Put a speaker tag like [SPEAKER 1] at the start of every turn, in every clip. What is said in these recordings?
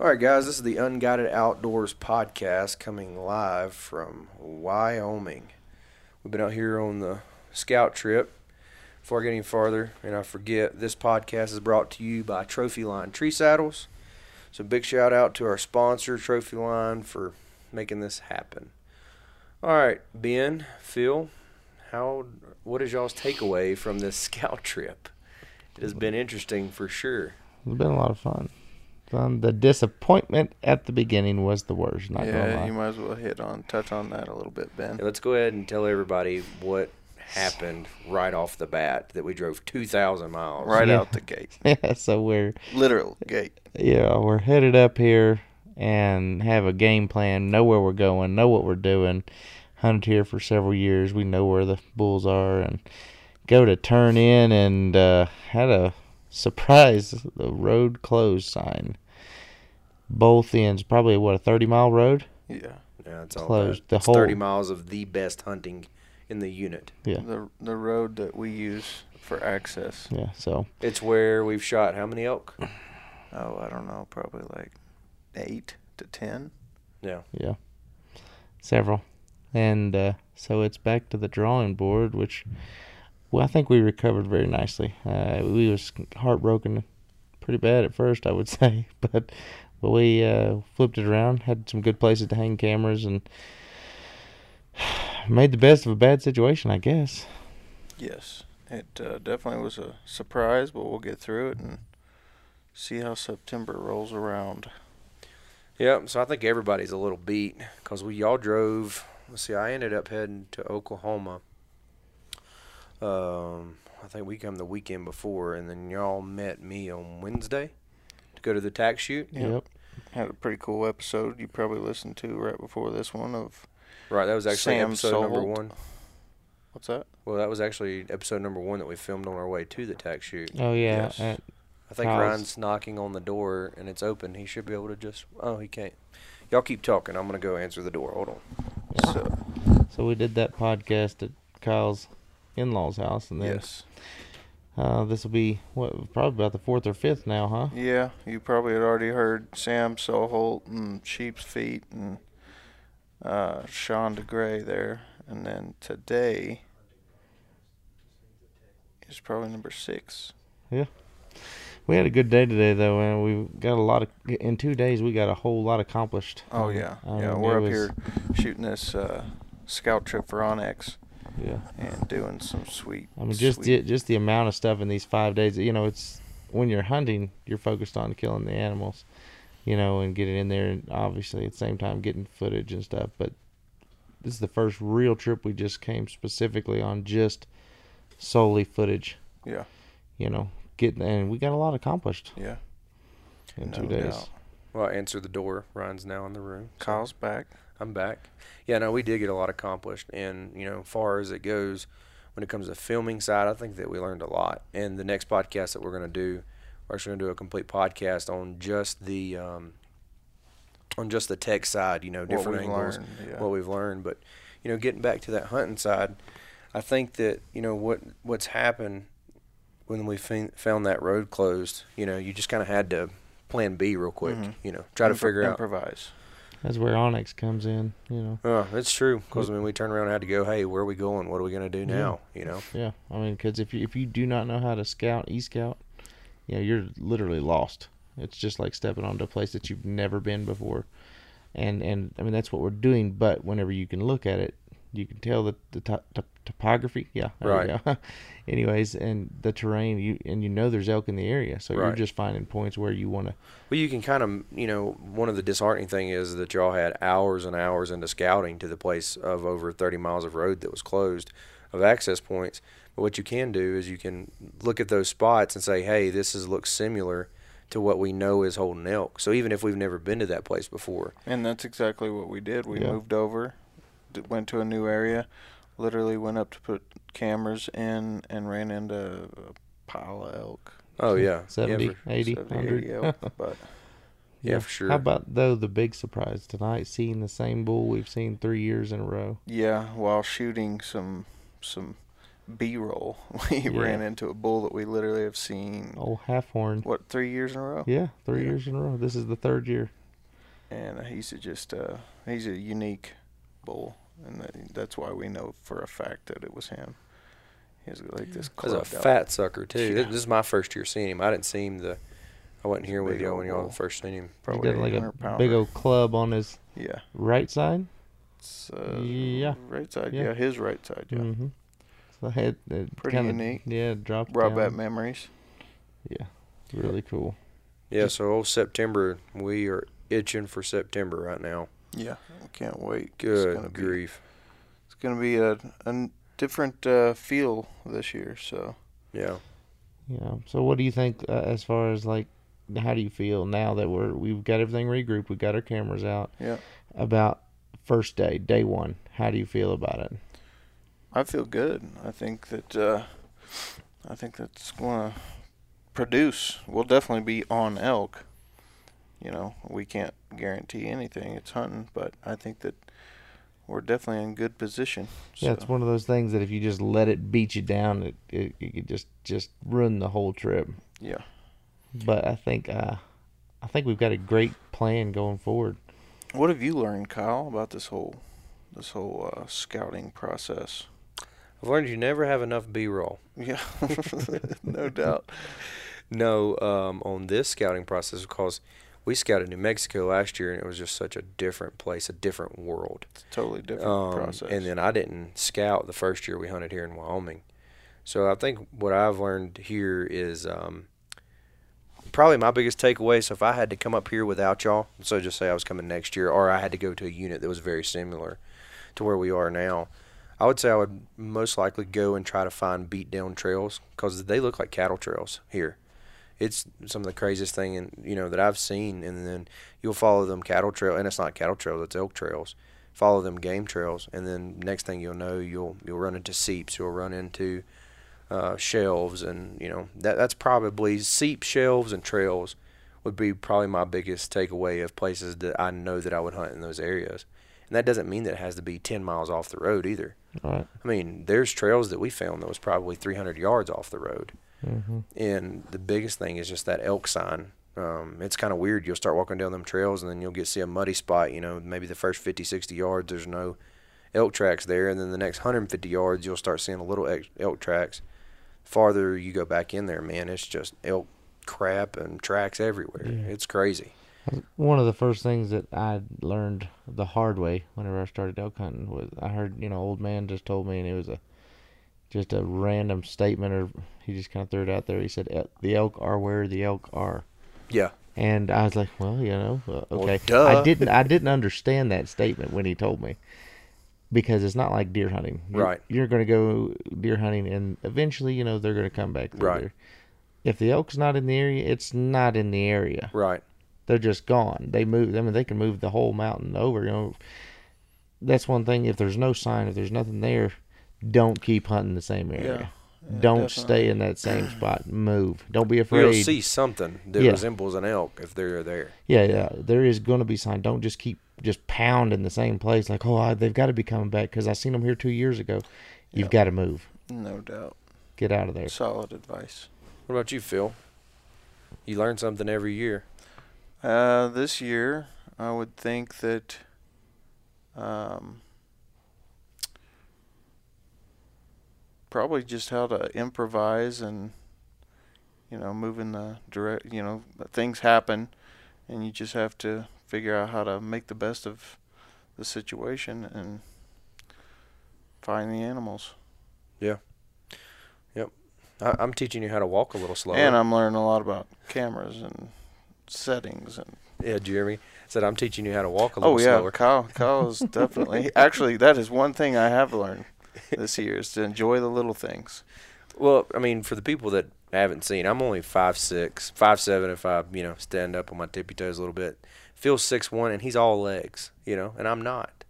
[SPEAKER 1] All right, guys, this is the Unguided Outdoors podcast coming live from Wyoming. We've been out here on the scout trip. Before I get any farther, and I forget, this podcast is brought to you by Trophy Line Tree Saddles. So, big shout out to our sponsor, Trophy Line, for making this happen. All right, Ben, Phil, how what is y'all's takeaway from this scout trip? It has been interesting for sure.
[SPEAKER 2] It's been a lot of fun. Um, the disappointment at the beginning was the worst. Not gonna
[SPEAKER 3] Yeah,
[SPEAKER 2] lie.
[SPEAKER 3] you might as well hit on touch on that a little bit, Ben.
[SPEAKER 1] Yeah, let's go ahead and tell everybody what happened right off the bat that we drove 2,000 miles.
[SPEAKER 3] Right
[SPEAKER 2] Yeah.
[SPEAKER 3] out the gate,
[SPEAKER 2] yeah, so we're
[SPEAKER 3] literal gate.
[SPEAKER 2] yeah we're headed up here and have a game plan. Know where we're going. Know what we're doing. Hunted here for several years. We know where the bulls are and go to turn in and uh, had a surprise the road closed sign. Both ends, probably what a thirty mile road.
[SPEAKER 3] Yeah,
[SPEAKER 1] Yeah, it's all
[SPEAKER 2] Closed.
[SPEAKER 1] bad.
[SPEAKER 2] The
[SPEAKER 1] It's 30
[SPEAKER 2] whole-
[SPEAKER 1] miles of the best hunting in the unit.
[SPEAKER 2] Yeah,
[SPEAKER 3] the the road that we use for access.
[SPEAKER 2] yeah. So
[SPEAKER 1] It's where we've shot how many elk?
[SPEAKER 3] Oh, I don't know, probably like eight to ten.
[SPEAKER 1] Yeah.
[SPEAKER 2] Yeah. Several. And uh, so it's back to the drawing board, which well, I think we recovered very nicely. Uh, we was heartbroken pretty bad at first, I would say, but but we uh, flipped it around, had some good places to hang cameras, and made the best of a bad situation, I guess.
[SPEAKER 3] Yes, it uh, definitely was a surprise, but we'll get through it and see how September rolls around.
[SPEAKER 1] Yeah, so I think everybody's a little beat because we y'all drove. Let's see, I ended up heading to Oklahoma. Um, I think we come the weekend before, and then y'all met me on Wednesday to go to the tax shoot.
[SPEAKER 3] Yeah. Had a pretty cool episode you probably listened to right before this one of
[SPEAKER 1] Right, that was actually
[SPEAKER 3] Sam
[SPEAKER 1] episode number
[SPEAKER 3] Solt.
[SPEAKER 1] one.
[SPEAKER 3] what's that?
[SPEAKER 1] Well, that was actually episode number one that we filmed on our way to the tax shoot.
[SPEAKER 2] Oh yeah.
[SPEAKER 3] Yes.
[SPEAKER 2] uh,
[SPEAKER 1] I think
[SPEAKER 2] How's-
[SPEAKER 1] Ryan's knocking on the door and it's open. He should be able to just. Oh, he can't. Y'all keep talking. I'm gonna go answer the door. Hold on.
[SPEAKER 2] Yeah.
[SPEAKER 3] So
[SPEAKER 2] so we did that podcast at Kyle's in-laws' house, and then
[SPEAKER 3] yes,
[SPEAKER 2] uh, this will be what probably about the fourth or fifth now, huh?
[SPEAKER 3] yeah, you probably had already heard Sam Soholt and Sheep's Feet and uh, Sean DeGray there, and then today is probably number six.
[SPEAKER 2] We had a good day today, though, and we got a lot of. In two days, we got a whole lot accomplished.
[SPEAKER 3] Oh
[SPEAKER 2] Um,
[SPEAKER 3] yeah,
[SPEAKER 2] um,
[SPEAKER 3] yeah,
[SPEAKER 2] it
[SPEAKER 3] we're up
[SPEAKER 2] was-
[SPEAKER 3] here shooting this uh, scout trip for Onyx.
[SPEAKER 2] Yeah,
[SPEAKER 3] and doing some sweet.
[SPEAKER 2] I mean, just the,
[SPEAKER 3] sweet,
[SPEAKER 2] just the amount of stuff in these five days. You know, it's when you're hunting, you're focused on killing the animals, you know, and getting in there, and obviously at the same time getting footage and stuff. But this is the first real trip we just came specifically on just solely footage.
[SPEAKER 3] Yeah.
[SPEAKER 2] You know, getting and we got a lot accomplished
[SPEAKER 3] yeah.
[SPEAKER 2] in
[SPEAKER 3] no
[SPEAKER 2] two days.
[SPEAKER 3] doubt.
[SPEAKER 1] Well, I answered the door. Ryan's now in the room. so
[SPEAKER 3] Kyle's back.
[SPEAKER 1] I'm back. Yeah, no, we did get a lot accomplished, and you know, far as it goes, when it comes to filming side, I think that we learned a lot. And the next podcast that we're gonna do, we're actually gonna do a complete podcast on just the um, on just the tech side. You know,
[SPEAKER 3] What
[SPEAKER 1] different
[SPEAKER 3] we've
[SPEAKER 1] angles.
[SPEAKER 3] learned. Yeah.
[SPEAKER 1] what we've learned. But you know, getting back to that hunting side, I think that you know what what's happened when we fin- found that road closed. You know, you just kind of had to plan B real quick.
[SPEAKER 3] Mhm.
[SPEAKER 1] You know, try to
[SPEAKER 3] Impro-
[SPEAKER 1] figure out.
[SPEAKER 3] Improvise.
[SPEAKER 2] That's where Onyx comes in. You know.
[SPEAKER 1] Oh, it's true. Because I mean, we turned around and had to go. Hey, where are we going? What are we gonna do
[SPEAKER 2] Yeah.
[SPEAKER 1] now? You know.
[SPEAKER 2] Yeah, I mean, because if you if you do not know how to scout, e scout, you know you're literally lost. It's just like stepping onto a place that you've never been before, and and I mean that's what we're doing. But whenever you can look at it, you can tell the the to- to- topography. Yeah, there we
[SPEAKER 1] Right.
[SPEAKER 2] go. Anyways, and the terrain, you and you know there's elk in the area, so you're
[SPEAKER 1] Right.
[SPEAKER 2] just finding points where you want to.
[SPEAKER 1] Well, you can kind of, you know, one of the disheartening thing is that y'all had hours and hours into scouting to the place of over 30 miles of road that was closed of access points. But what you can do is you can look at those spots and say, hey, this is looks similar to what we know is holding elk. So even if we've never been to that place before,
[SPEAKER 3] And that's exactly what we did. We
[SPEAKER 2] Yeah.
[SPEAKER 3] moved over, d- went to a new area, literally went up to put cameras in and ran into a pile of elk.
[SPEAKER 1] oh yeah, yeah,
[SPEAKER 2] 70,
[SPEAKER 1] for,
[SPEAKER 2] 80,
[SPEAKER 3] 70,
[SPEAKER 2] 100.
[SPEAKER 3] 80 elk, but
[SPEAKER 1] yeah, for sure.
[SPEAKER 2] How about though the big surprise tonight, seeing the same bull we've seen three years in a row?
[SPEAKER 3] yeah, while shooting some some B-roll. We
[SPEAKER 2] Yeah.
[SPEAKER 3] ran into a bull that we literally have seen
[SPEAKER 2] Old half horn.
[SPEAKER 3] what three years in a row,
[SPEAKER 2] Yeah, three
[SPEAKER 3] Yeah.
[SPEAKER 2] years in a row. This is the third year.
[SPEAKER 3] and he's a just uh, he's a unique bull, and that, that's why we know for a fact that it was him. He's like this
[SPEAKER 1] He's a
[SPEAKER 3] clubbed out
[SPEAKER 1] fat sucker too.
[SPEAKER 2] Yeah.
[SPEAKER 1] This, this is my first year seeing him. I didn't see him the. I wasn't here with
[SPEAKER 3] Big
[SPEAKER 1] y'all
[SPEAKER 3] old
[SPEAKER 1] when y'all
[SPEAKER 3] bull.
[SPEAKER 1] first seen him.
[SPEAKER 2] He's
[SPEAKER 3] probably
[SPEAKER 2] got like a
[SPEAKER 3] 800 pounder.
[SPEAKER 2] big old club on his
[SPEAKER 3] yeah.
[SPEAKER 2] right side.
[SPEAKER 3] It's, uh,
[SPEAKER 2] Yeah.
[SPEAKER 3] Right side.
[SPEAKER 2] Yeah.
[SPEAKER 3] Yeah. His right side. Yeah.
[SPEAKER 2] Mm-hmm. So I had it
[SPEAKER 3] Pretty
[SPEAKER 2] kinda,
[SPEAKER 3] unique.
[SPEAKER 2] Yeah, dropped
[SPEAKER 3] Brought back
[SPEAKER 2] down.
[SPEAKER 3] memories.
[SPEAKER 2] Yeah, really cool.
[SPEAKER 1] Yeah, so old September, we are itching for September right now.
[SPEAKER 3] Yeah. I can't wait. It's gonna
[SPEAKER 1] Good
[SPEAKER 3] be,
[SPEAKER 1] grief.
[SPEAKER 3] It's gonna be a, a n- different uh, feel this year. So
[SPEAKER 1] Yeah.
[SPEAKER 2] Yeah. So what do you think uh, as far as like how do you feel now that we're we've got everything regrouped, we've got our cameras out.
[SPEAKER 3] Yeah.
[SPEAKER 2] About first day, day one. How do you feel about it?
[SPEAKER 3] I feel good. I think that uh, I think that's gonna produce. We'll definitely be on elk. You know, we can't guarantee anything. It's hunting, but I think that we're definitely in good position.
[SPEAKER 2] Yeah, it's one of those things that if you just let it beat you down, it it, it could just just ruin the whole trip.
[SPEAKER 3] Yeah.
[SPEAKER 2] But I think uh, I think we've got a great plan going forward.
[SPEAKER 3] What have you learned, Kyle, about this whole this whole uh, scouting process?
[SPEAKER 1] I've learned you never have enough B roll.
[SPEAKER 3] Yeah, no doubt.
[SPEAKER 1] No, um, on this scouting process, because we scouted New Mexico last year and it was just such a different place, a different world.
[SPEAKER 3] It's a totally different
[SPEAKER 1] Um,
[SPEAKER 3] process.
[SPEAKER 1] And then I didn't scout the first year we hunted here in Wyoming. So I think what I've learned here is um, probably my biggest takeaway. So if I had to come up here without y'all, so just say I was coming next year, or I had to go to a unit that was very similar to where we are now, I would say I would most likely go and try to find beat down trails because they look like cattle trails here. It's some of the craziest thing, in, you know, that I've seen. And then you'll follow them cattle trail, and it's not cattle trails; it's elk trails follow them game trails, and then next thing you'll know, you'll you'll run into seeps, you'll run into uh, shelves, and you know that that's probably seep shelves and trails would be probably my biggest takeaway of places that I know that I would hunt in those areas. And that doesn't mean that it has to be 10 miles off the road either.
[SPEAKER 2] All right.
[SPEAKER 1] I mean, there's trails that we found that was probably 300 yards off the road.
[SPEAKER 2] Mm-hmm.
[SPEAKER 1] And the biggest thing is just that elk sign. Um, it's kind of weird. You'll start walking down them trails and then you'll get see a muddy spot. You know, maybe the first 50, 60 yards, there's no elk tracks there. And then the next 150 yards, you'll start seeing a little ex- elk tracks. Farther you go back in there, man, it's just elk crap and tracks everywhere.
[SPEAKER 2] Yeah.
[SPEAKER 1] It's crazy.
[SPEAKER 2] One of the first things that I learned the hard way whenever I started elk hunting was I heard you know old man just told me and it was a just a random statement or he just kind of threw it out there. He said "El- the elk are where the elk are.
[SPEAKER 1] Yeah.
[SPEAKER 2] And I was like, well, you know, uh,
[SPEAKER 1] Well,
[SPEAKER 2] okay.
[SPEAKER 1] duh.
[SPEAKER 2] I didn't I didn't understand that statement when he told me because it's not like deer hunting. You're-
[SPEAKER 1] Right.
[SPEAKER 2] You're going to go deer hunting and eventually, you know, they're going to come back through
[SPEAKER 1] Right.
[SPEAKER 2] there. If the elk's not in the area, it's not in the area.
[SPEAKER 1] Right.
[SPEAKER 2] They're just gone. They move. I mean, they can move the whole mountain over, you know. That's one thing if there's no sign, if there's nothing there, don't keep hunting the same area.
[SPEAKER 3] yeah,
[SPEAKER 2] don't
[SPEAKER 3] definitely.
[SPEAKER 2] stay in that same spot. Move. Don't be afraid.
[SPEAKER 1] You'll see something that
[SPEAKER 2] Yeah.
[SPEAKER 1] resembles an elk if they're there.
[SPEAKER 2] Yeah, yeah. There is going to be sign. Don't just keep just pounding the same place. Like, oh, I, they've got to be coming back because I seen them here two years ago. You've
[SPEAKER 3] Yep.
[SPEAKER 2] got to move.
[SPEAKER 3] no doubt.
[SPEAKER 2] Get out of there.
[SPEAKER 3] Solid advice.
[SPEAKER 1] What about you, Phil? You learn something every year.
[SPEAKER 3] Uh, this year, I would think that um, probably just how to improvise and you know move in the direct. You know things happen, and you just have to figure out how to make the best of the situation and find the animals.
[SPEAKER 1] I, I'm teaching you how to walk a little slower.
[SPEAKER 3] And I'm learning a lot about cameras and settings and
[SPEAKER 1] Yeah, Jeremy said I'm teaching you how to walk a little
[SPEAKER 3] Oh yeah,
[SPEAKER 1] slower.
[SPEAKER 3] Kyle. Kyle's definitely. Actually, that is one thing I have learned this year is to enjoy the little things.
[SPEAKER 1] Well, I mean, for the people that haven't seen, I'm only five six, five seven. If I, you know, stand up on my tippy toes a little bit, Phil's six one, and he's all legs, you know, and I'm not.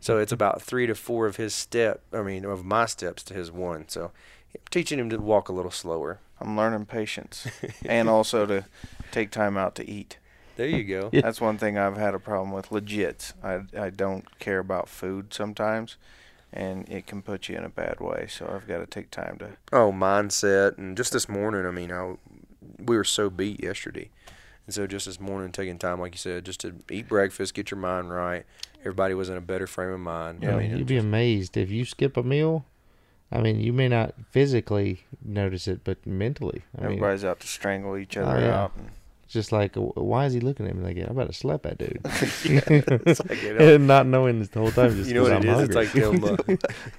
[SPEAKER 1] So it's about three to four of his step. I mean, of my steps to his one. So I'm teaching him to walk a little slower.
[SPEAKER 3] I'm learning patience, and also to take time out to eat.
[SPEAKER 1] There you go.
[SPEAKER 2] Yeah.
[SPEAKER 3] That's one thing I've had a problem with. Legit, I I don't care about food sometimes, and it can put you in a bad way. So I've got to take time to
[SPEAKER 1] Oh, mindset, and just this morning. I mean, I we were so beat yesterday, and so just this morning, taking time, like you said, just to eat breakfast, get your mind right. Everybody was in a better frame of mind.
[SPEAKER 3] Yeah,
[SPEAKER 1] I
[SPEAKER 2] I
[SPEAKER 1] mean,
[SPEAKER 2] Um, you'd
[SPEAKER 1] it-
[SPEAKER 2] be amazed if you skip a meal. I mean, you may not physically notice it, but mentally. I mean,
[SPEAKER 3] everybody's out to strangle each
[SPEAKER 2] Oh,
[SPEAKER 3] other
[SPEAKER 2] yeah.
[SPEAKER 3] out. And,
[SPEAKER 2] it's just like, "Wh- why is he looking at me like that? I about to slap that dude.
[SPEAKER 1] it's like, you know,
[SPEAKER 2] and not knowing this the whole time, just
[SPEAKER 1] you know what it
[SPEAKER 2] I'm
[SPEAKER 1] is?
[SPEAKER 2] hungry.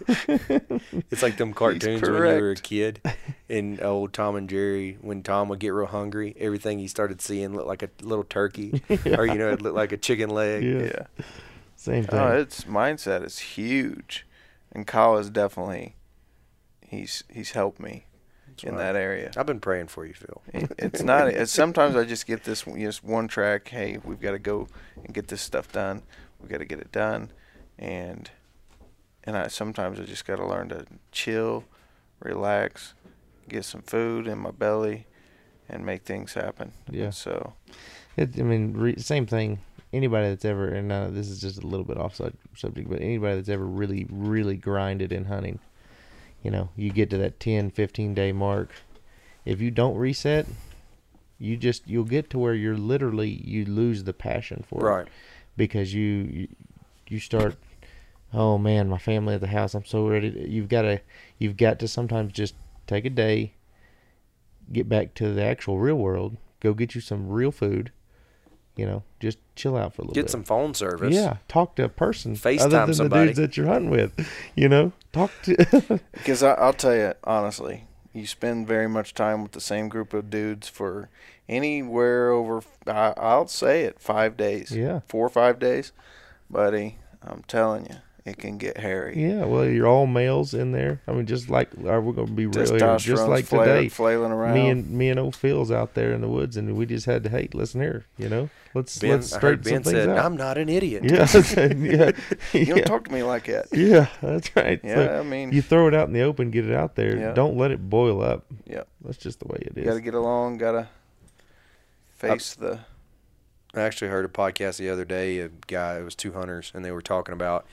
[SPEAKER 1] It's like them. Uh, it's like them cartoons when you were a
[SPEAKER 3] correct.
[SPEAKER 1] kid, and old Tom and Jerry. When Tom would get real hungry, everything he started seeing looked like a little turkey, or you know, it looked like a chicken leg.
[SPEAKER 2] Yeah.
[SPEAKER 3] yeah.
[SPEAKER 2] Same thing.
[SPEAKER 3] Oh, it's mindset is huge, and Kyle is definitely he's he's helped me in
[SPEAKER 1] right.
[SPEAKER 3] that area.
[SPEAKER 1] I've been praying for you, Phil.
[SPEAKER 3] It- It's not. It's, sometimes I just get this just one track. Hey, we've got to go and get this stuff done. We've got to get it done, and and I sometimes I just got to learn to chill, relax, get some food in my belly, and make things happen.
[SPEAKER 2] Yeah.
[SPEAKER 3] So
[SPEAKER 2] It, I mean, re, same thing. Anybody that's ever, and uh, this is just a little bit off side- subject, but anybody that's ever really, really grinded in hunting, you know, you get to that 10, 15 day mark. If you don't reset, you just, you'll get to where you're literally, you lose the passion for it.
[SPEAKER 1] Right.
[SPEAKER 2] Because you, you, you start, oh man, my family at the house, I'm so ready. To, you've got to, you've got to sometimes just take a day, get back to the actual real world, go get you some real food, you know, just chill out for a little
[SPEAKER 1] Get
[SPEAKER 2] bit.
[SPEAKER 1] some phone service.
[SPEAKER 2] Yeah, talk to a person
[SPEAKER 1] FaceTime
[SPEAKER 2] other than
[SPEAKER 1] somebody.
[SPEAKER 2] the dudes that you're hunting with, you know. Talk to
[SPEAKER 3] Because I, I'll tell you honestly, you spend very much time with the same group of dudes for anywhere over. I, I'll say it, five days.
[SPEAKER 2] Yeah.
[SPEAKER 3] four or five days, buddy. I'm telling you, it can get hairy.
[SPEAKER 2] yeah. Well, you're all males in there. I mean, just like are we gonna be real? here,
[SPEAKER 3] Testosterone's
[SPEAKER 2] Just like
[SPEAKER 3] flail-
[SPEAKER 2] today,
[SPEAKER 3] flailing around.
[SPEAKER 2] me and me and old Phil's out there in the woods, and we just had to hey, listen here, you know, let's
[SPEAKER 1] Ben,
[SPEAKER 2] let's
[SPEAKER 1] I heard
[SPEAKER 2] straighten
[SPEAKER 1] Ben
[SPEAKER 2] some things
[SPEAKER 1] said,
[SPEAKER 2] out.
[SPEAKER 1] "I'm not an idiot."
[SPEAKER 2] yeah, yeah,
[SPEAKER 3] you don't
[SPEAKER 2] yeah,
[SPEAKER 3] talk to me like that.
[SPEAKER 2] yeah, that's right. So
[SPEAKER 3] Yeah, I mean,
[SPEAKER 2] you throw it out in the open, get it out there.
[SPEAKER 3] Yeah.
[SPEAKER 2] Don't let it boil up.
[SPEAKER 3] yeah,
[SPEAKER 2] That's just the way it
[SPEAKER 3] you
[SPEAKER 2] is.
[SPEAKER 3] gotta get along. Gotta face the.
[SPEAKER 1] I actually heard a podcast the other day. A guy, it was two hunters, and they were talking about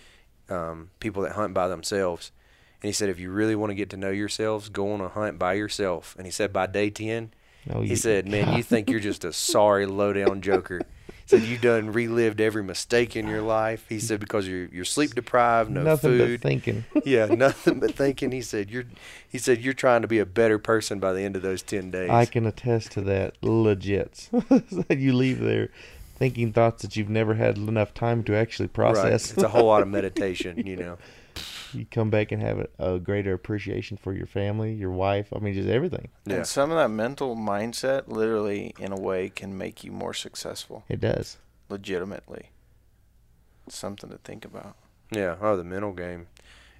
[SPEAKER 1] um, people that hunt by themselves. And he said, if you really want to get to know yourselves, go on a hunt by yourself. And he said, by day ten,
[SPEAKER 2] No,
[SPEAKER 1] he
[SPEAKER 2] Oh, you-
[SPEAKER 1] said, man, you think you're just a sorry, low down joker. He said you done relived every mistake in your life. He said because you're you're sleep deprived, no
[SPEAKER 2] nothing
[SPEAKER 1] food,
[SPEAKER 2] but thinking.
[SPEAKER 1] yeah, nothing but thinking. He said you're, he said you're trying to be a better person by the end of those ten days.
[SPEAKER 2] I can attest to that. Legit. you leave there thinking thoughts that you've never had enough time to actually
[SPEAKER 1] Right.
[SPEAKER 2] process.
[SPEAKER 1] It's a whole lot of meditation, you know.
[SPEAKER 2] you come back and have a, a greater appreciation for your family, your wife. I mean, just everything.
[SPEAKER 1] Yeah.
[SPEAKER 3] And some of that mental mindset, literally, in a way, can make you more successful.
[SPEAKER 2] It does.
[SPEAKER 3] Legitimately, it's something to think about.
[SPEAKER 1] Yeah. Oh, the mental game.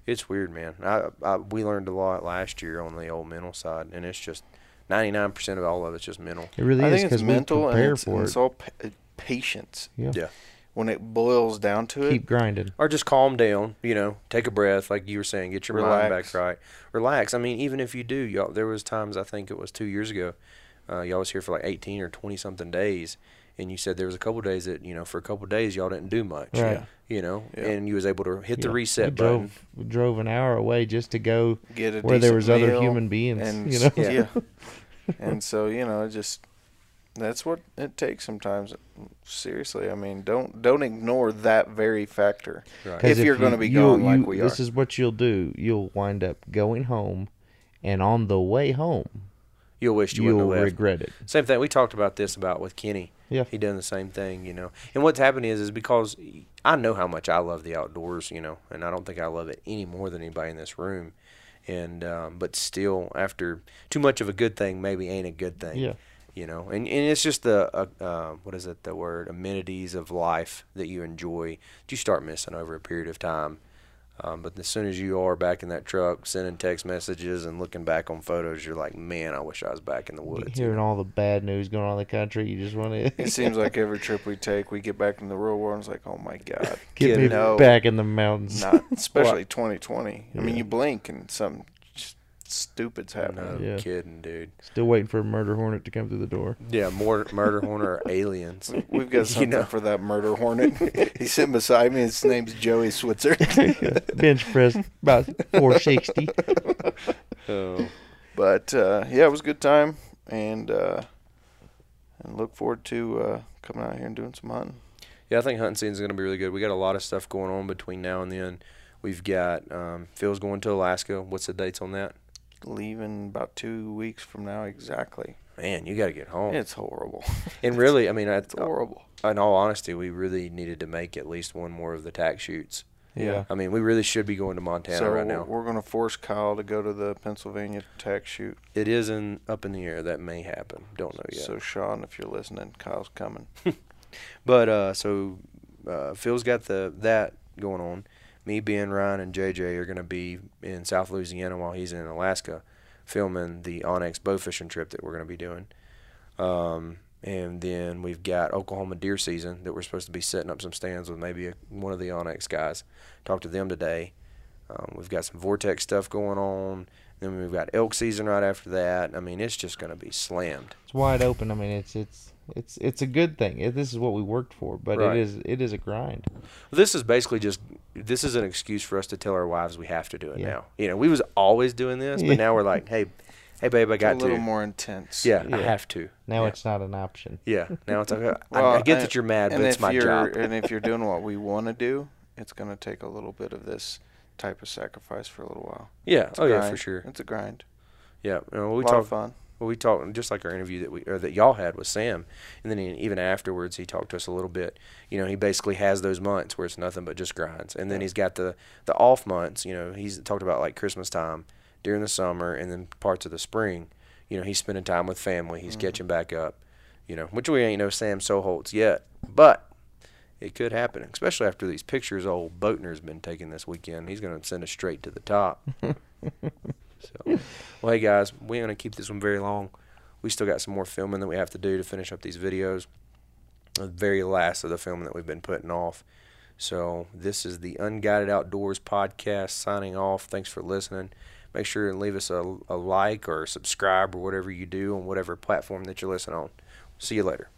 [SPEAKER 1] It's weird, man. I, I we learned a lot last year on the old mental side, and it's just ninety nine percent of all of it's just mental.
[SPEAKER 2] It really
[SPEAKER 3] I
[SPEAKER 2] is
[SPEAKER 3] think it's
[SPEAKER 2] because we
[SPEAKER 3] mental and
[SPEAKER 2] prepare
[SPEAKER 3] it's,
[SPEAKER 2] for
[SPEAKER 3] it's
[SPEAKER 2] it.
[SPEAKER 3] all pa- uh, patience.
[SPEAKER 2] Yeah.
[SPEAKER 1] Yeah.
[SPEAKER 3] When it boils down to it,
[SPEAKER 2] Keep grinding.
[SPEAKER 1] Or just calm down, you know, take a breath, like you were saying, get your mind back
[SPEAKER 3] Relax.
[SPEAKER 1] right, relax. I mean, even if you do, y'all, there was times I think it was two years ago, uh, y'all was here for like eighteen or twenty something days, and you said there was a couple days that you know for a couple days y'all didn't do much,
[SPEAKER 2] Right. Yeah.
[SPEAKER 1] you know,
[SPEAKER 3] Yeah.
[SPEAKER 1] and you was able to hit the
[SPEAKER 2] Yeah.
[SPEAKER 1] reset
[SPEAKER 2] we
[SPEAKER 1] button.
[SPEAKER 2] drove, we drove an hour away just to go
[SPEAKER 3] get a
[SPEAKER 2] where there
[SPEAKER 3] decent
[SPEAKER 2] was other
[SPEAKER 3] meal
[SPEAKER 2] human beings.
[SPEAKER 3] and
[SPEAKER 2] you know,
[SPEAKER 3] s- yeah. and so you know, just that's what it takes sometimes. Seriously, I mean, don't don't ignore that very factor.
[SPEAKER 1] Right.
[SPEAKER 2] 'Cause
[SPEAKER 3] If you're gonna be gone like we
[SPEAKER 2] This is what you'll do. You'll wind up going home, and on the way home,
[SPEAKER 1] You'll wish you
[SPEAKER 2] you will
[SPEAKER 1] wouldn't have left.
[SPEAKER 2] regret it.
[SPEAKER 1] Same thing. We talked about this about with Kenny.
[SPEAKER 2] Yeah.
[SPEAKER 1] He done the same thing, you know. And what's happened is, is because I know how much I love the outdoors, you know, and I don't think I love it any more than anybody in this room. And um, but still, after too much of a good thing, maybe ain't a good thing.
[SPEAKER 2] Yeah.
[SPEAKER 1] You know, and, and it's just the uh, uh, what is it the word amenities of life that you enjoy that you start missing over a period of time. Um, but as soon as you are back in that truck, sending text messages and looking back on photos, you're like, man, I wish I was back in the woods. you
[SPEAKER 2] Hearing all the bad news going on in the country, you just want to
[SPEAKER 3] It seems like every trip we take, we get back in the real world and it's like, oh my god,
[SPEAKER 2] get me
[SPEAKER 3] no,
[SPEAKER 2] back in the mountains.
[SPEAKER 3] Not especially 2020. I mean,
[SPEAKER 2] Yeah.
[SPEAKER 3] you blink and some stupid's
[SPEAKER 1] No
[SPEAKER 3] happening.
[SPEAKER 2] Yeah.
[SPEAKER 1] kidding, dude.
[SPEAKER 2] Still waiting for a murder hornet to come through the door.
[SPEAKER 1] Yeah, more murder hornet or aliens.
[SPEAKER 3] We've got something
[SPEAKER 1] know.
[SPEAKER 3] for that murder hornet. He's sitting beside me. His name's Joey Switzer.
[SPEAKER 2] Bench press about 460.
[SPEAKER 1] Oh.
[SPEAKER 3] but uh, yeah, it was a good time, and uh, and look forward to uh, coming out here and doing some hunting.
[SPEAKER 1] Yeah, I think hunting season's gonna be really good. We got a lot of stuff going on between now and then. We've got um, Phil's going to Alaska. What's the dates on that?
[SPEAKER 3] Leaving about two weeks from now exactly.
[SPEAKER 1] Man, you got to get home.
[SPEAKER 3] It's horrible.
[SPEAKER 1] and really, I mean, I,
[SPEAKER 3] It's horrible.
[SPEAKER 1] in all honesty, we really needed to make at least one more of the tax shoots.
[SPEAKER 2] Yeah.
[SPEAKER 1] I mean, we really should be going to Montana
[SPEAKER 3] so
[SPEAKER 1] right
[SPEAKER 3] we're-
[SPEAKER 1] now.
[SPEAKER 3] we're gonna force Kyle to go to the Pennsylvania tax shoot.
[SPEAKER 1] It is in up in the air. That may happen. Don't know yet.
[SPEAKER 3] So Sean, if you're listening, Kyle's coming.
[SPEAKER 1] But uh, so uh, Phil's got the that going on. Me, Ben, Ryan, and JJ are going to be in South Louisiana while he's in Alaska, filming the Onyx bow fishing trip that we're going to be doing. Um, and then we've got Oklahoma deer season that we're supposed to be setting up some stands with maybe a, one of the Onyx guys. Talked to them today. Um, we've got some vortex stuff going on. Then we've got elk season right after that. I mean, it's just going to be slammed.
[SPEAKER 2] It's wide open. I mean, it's it's it's it's a good thing. It, this is what we worked for, but
[SPEAKER 1] Right.
[SPEAKER 2] it is it is a grind.
[SPEAKER 1] This is basically just this is an excuse for us to tell our wives we have to do it
[SPEAKER 2] Yeah.
[SPEAKER 1] now. You know, we was always doing this, but
[SPEAKER 2] Yeah.
[SPEAKER 1] now we're like, hey, hey, babe, I got
[SPEAKER 3] a little
[SPEAKER 1] to.
[SPEAKER 3] more intense.
[SPEAKER 1] yeah, I
[SPEAKER 2] Yeah.
[SPEAKER 1] have to.
[SPEAKER 2] Now
[SPEAKER 1] yeah.
[SPEAKER 2] it's not an option.
[SPEAKER 1] yeah. Now it's like I-
[SPEAKER 3] Well,
[SPEAKER 1] I, I get
[SPEAKER 3] and-
[SPEAKER 1] that you're mad, but
[SPEAKER 3] and
[SPEAKER 1] it's
[SPEAKER 3] if
[SPEAKER 1] my
[SPEAKER 3] you're-
[SPEAKER 1] job.
[SPEAKER 3] and if you're doing what we want to do, it's gonna take a little bit of this type of sacrifice for a little while.
[SPEAKER 1] Yeah.
[SPEAKER 3] It's a
[SPEAKER 1] Oh yeah,
[SPEAKER 3] grind.
[SPEAKER 1] for sure.
[SPEAKER 3] It's a grind.
[SPEAKER 1] Yeah. You know, we
[SPEAKER 3] a lot
[SPEAKER 1] talked.
[SPEAKER 3] of fun.
[SPEAKER 1] Well, we talked just like our interview that we or that y'all had with Sam, and then he- even afterwards he talked to us a little bit. You know, he basically has those months where it's nothing but just grinds, and then he's got the the off months. You know, he's talked about like Christmas time during the summer, and then parts of the spring. You know, he's spending time with family. He's catching back up. You know, which we ain't no Sam Soholtz yet, but it could happen, especially after these pictures old Boatner's been taking this weekend. He's going to send us straight to the top. so, well, hey guys, we ain't going to keep this one very long. We still got some more filming that we have to do to finish up these videos. The very last of the filming that we've been putting off. So, this is the Unguided Outdoors podcast signing off. Thanks for listening. Make sure and leave us a, a like or subscribe or whatever you do on whatever platform that you're listening on. See you later.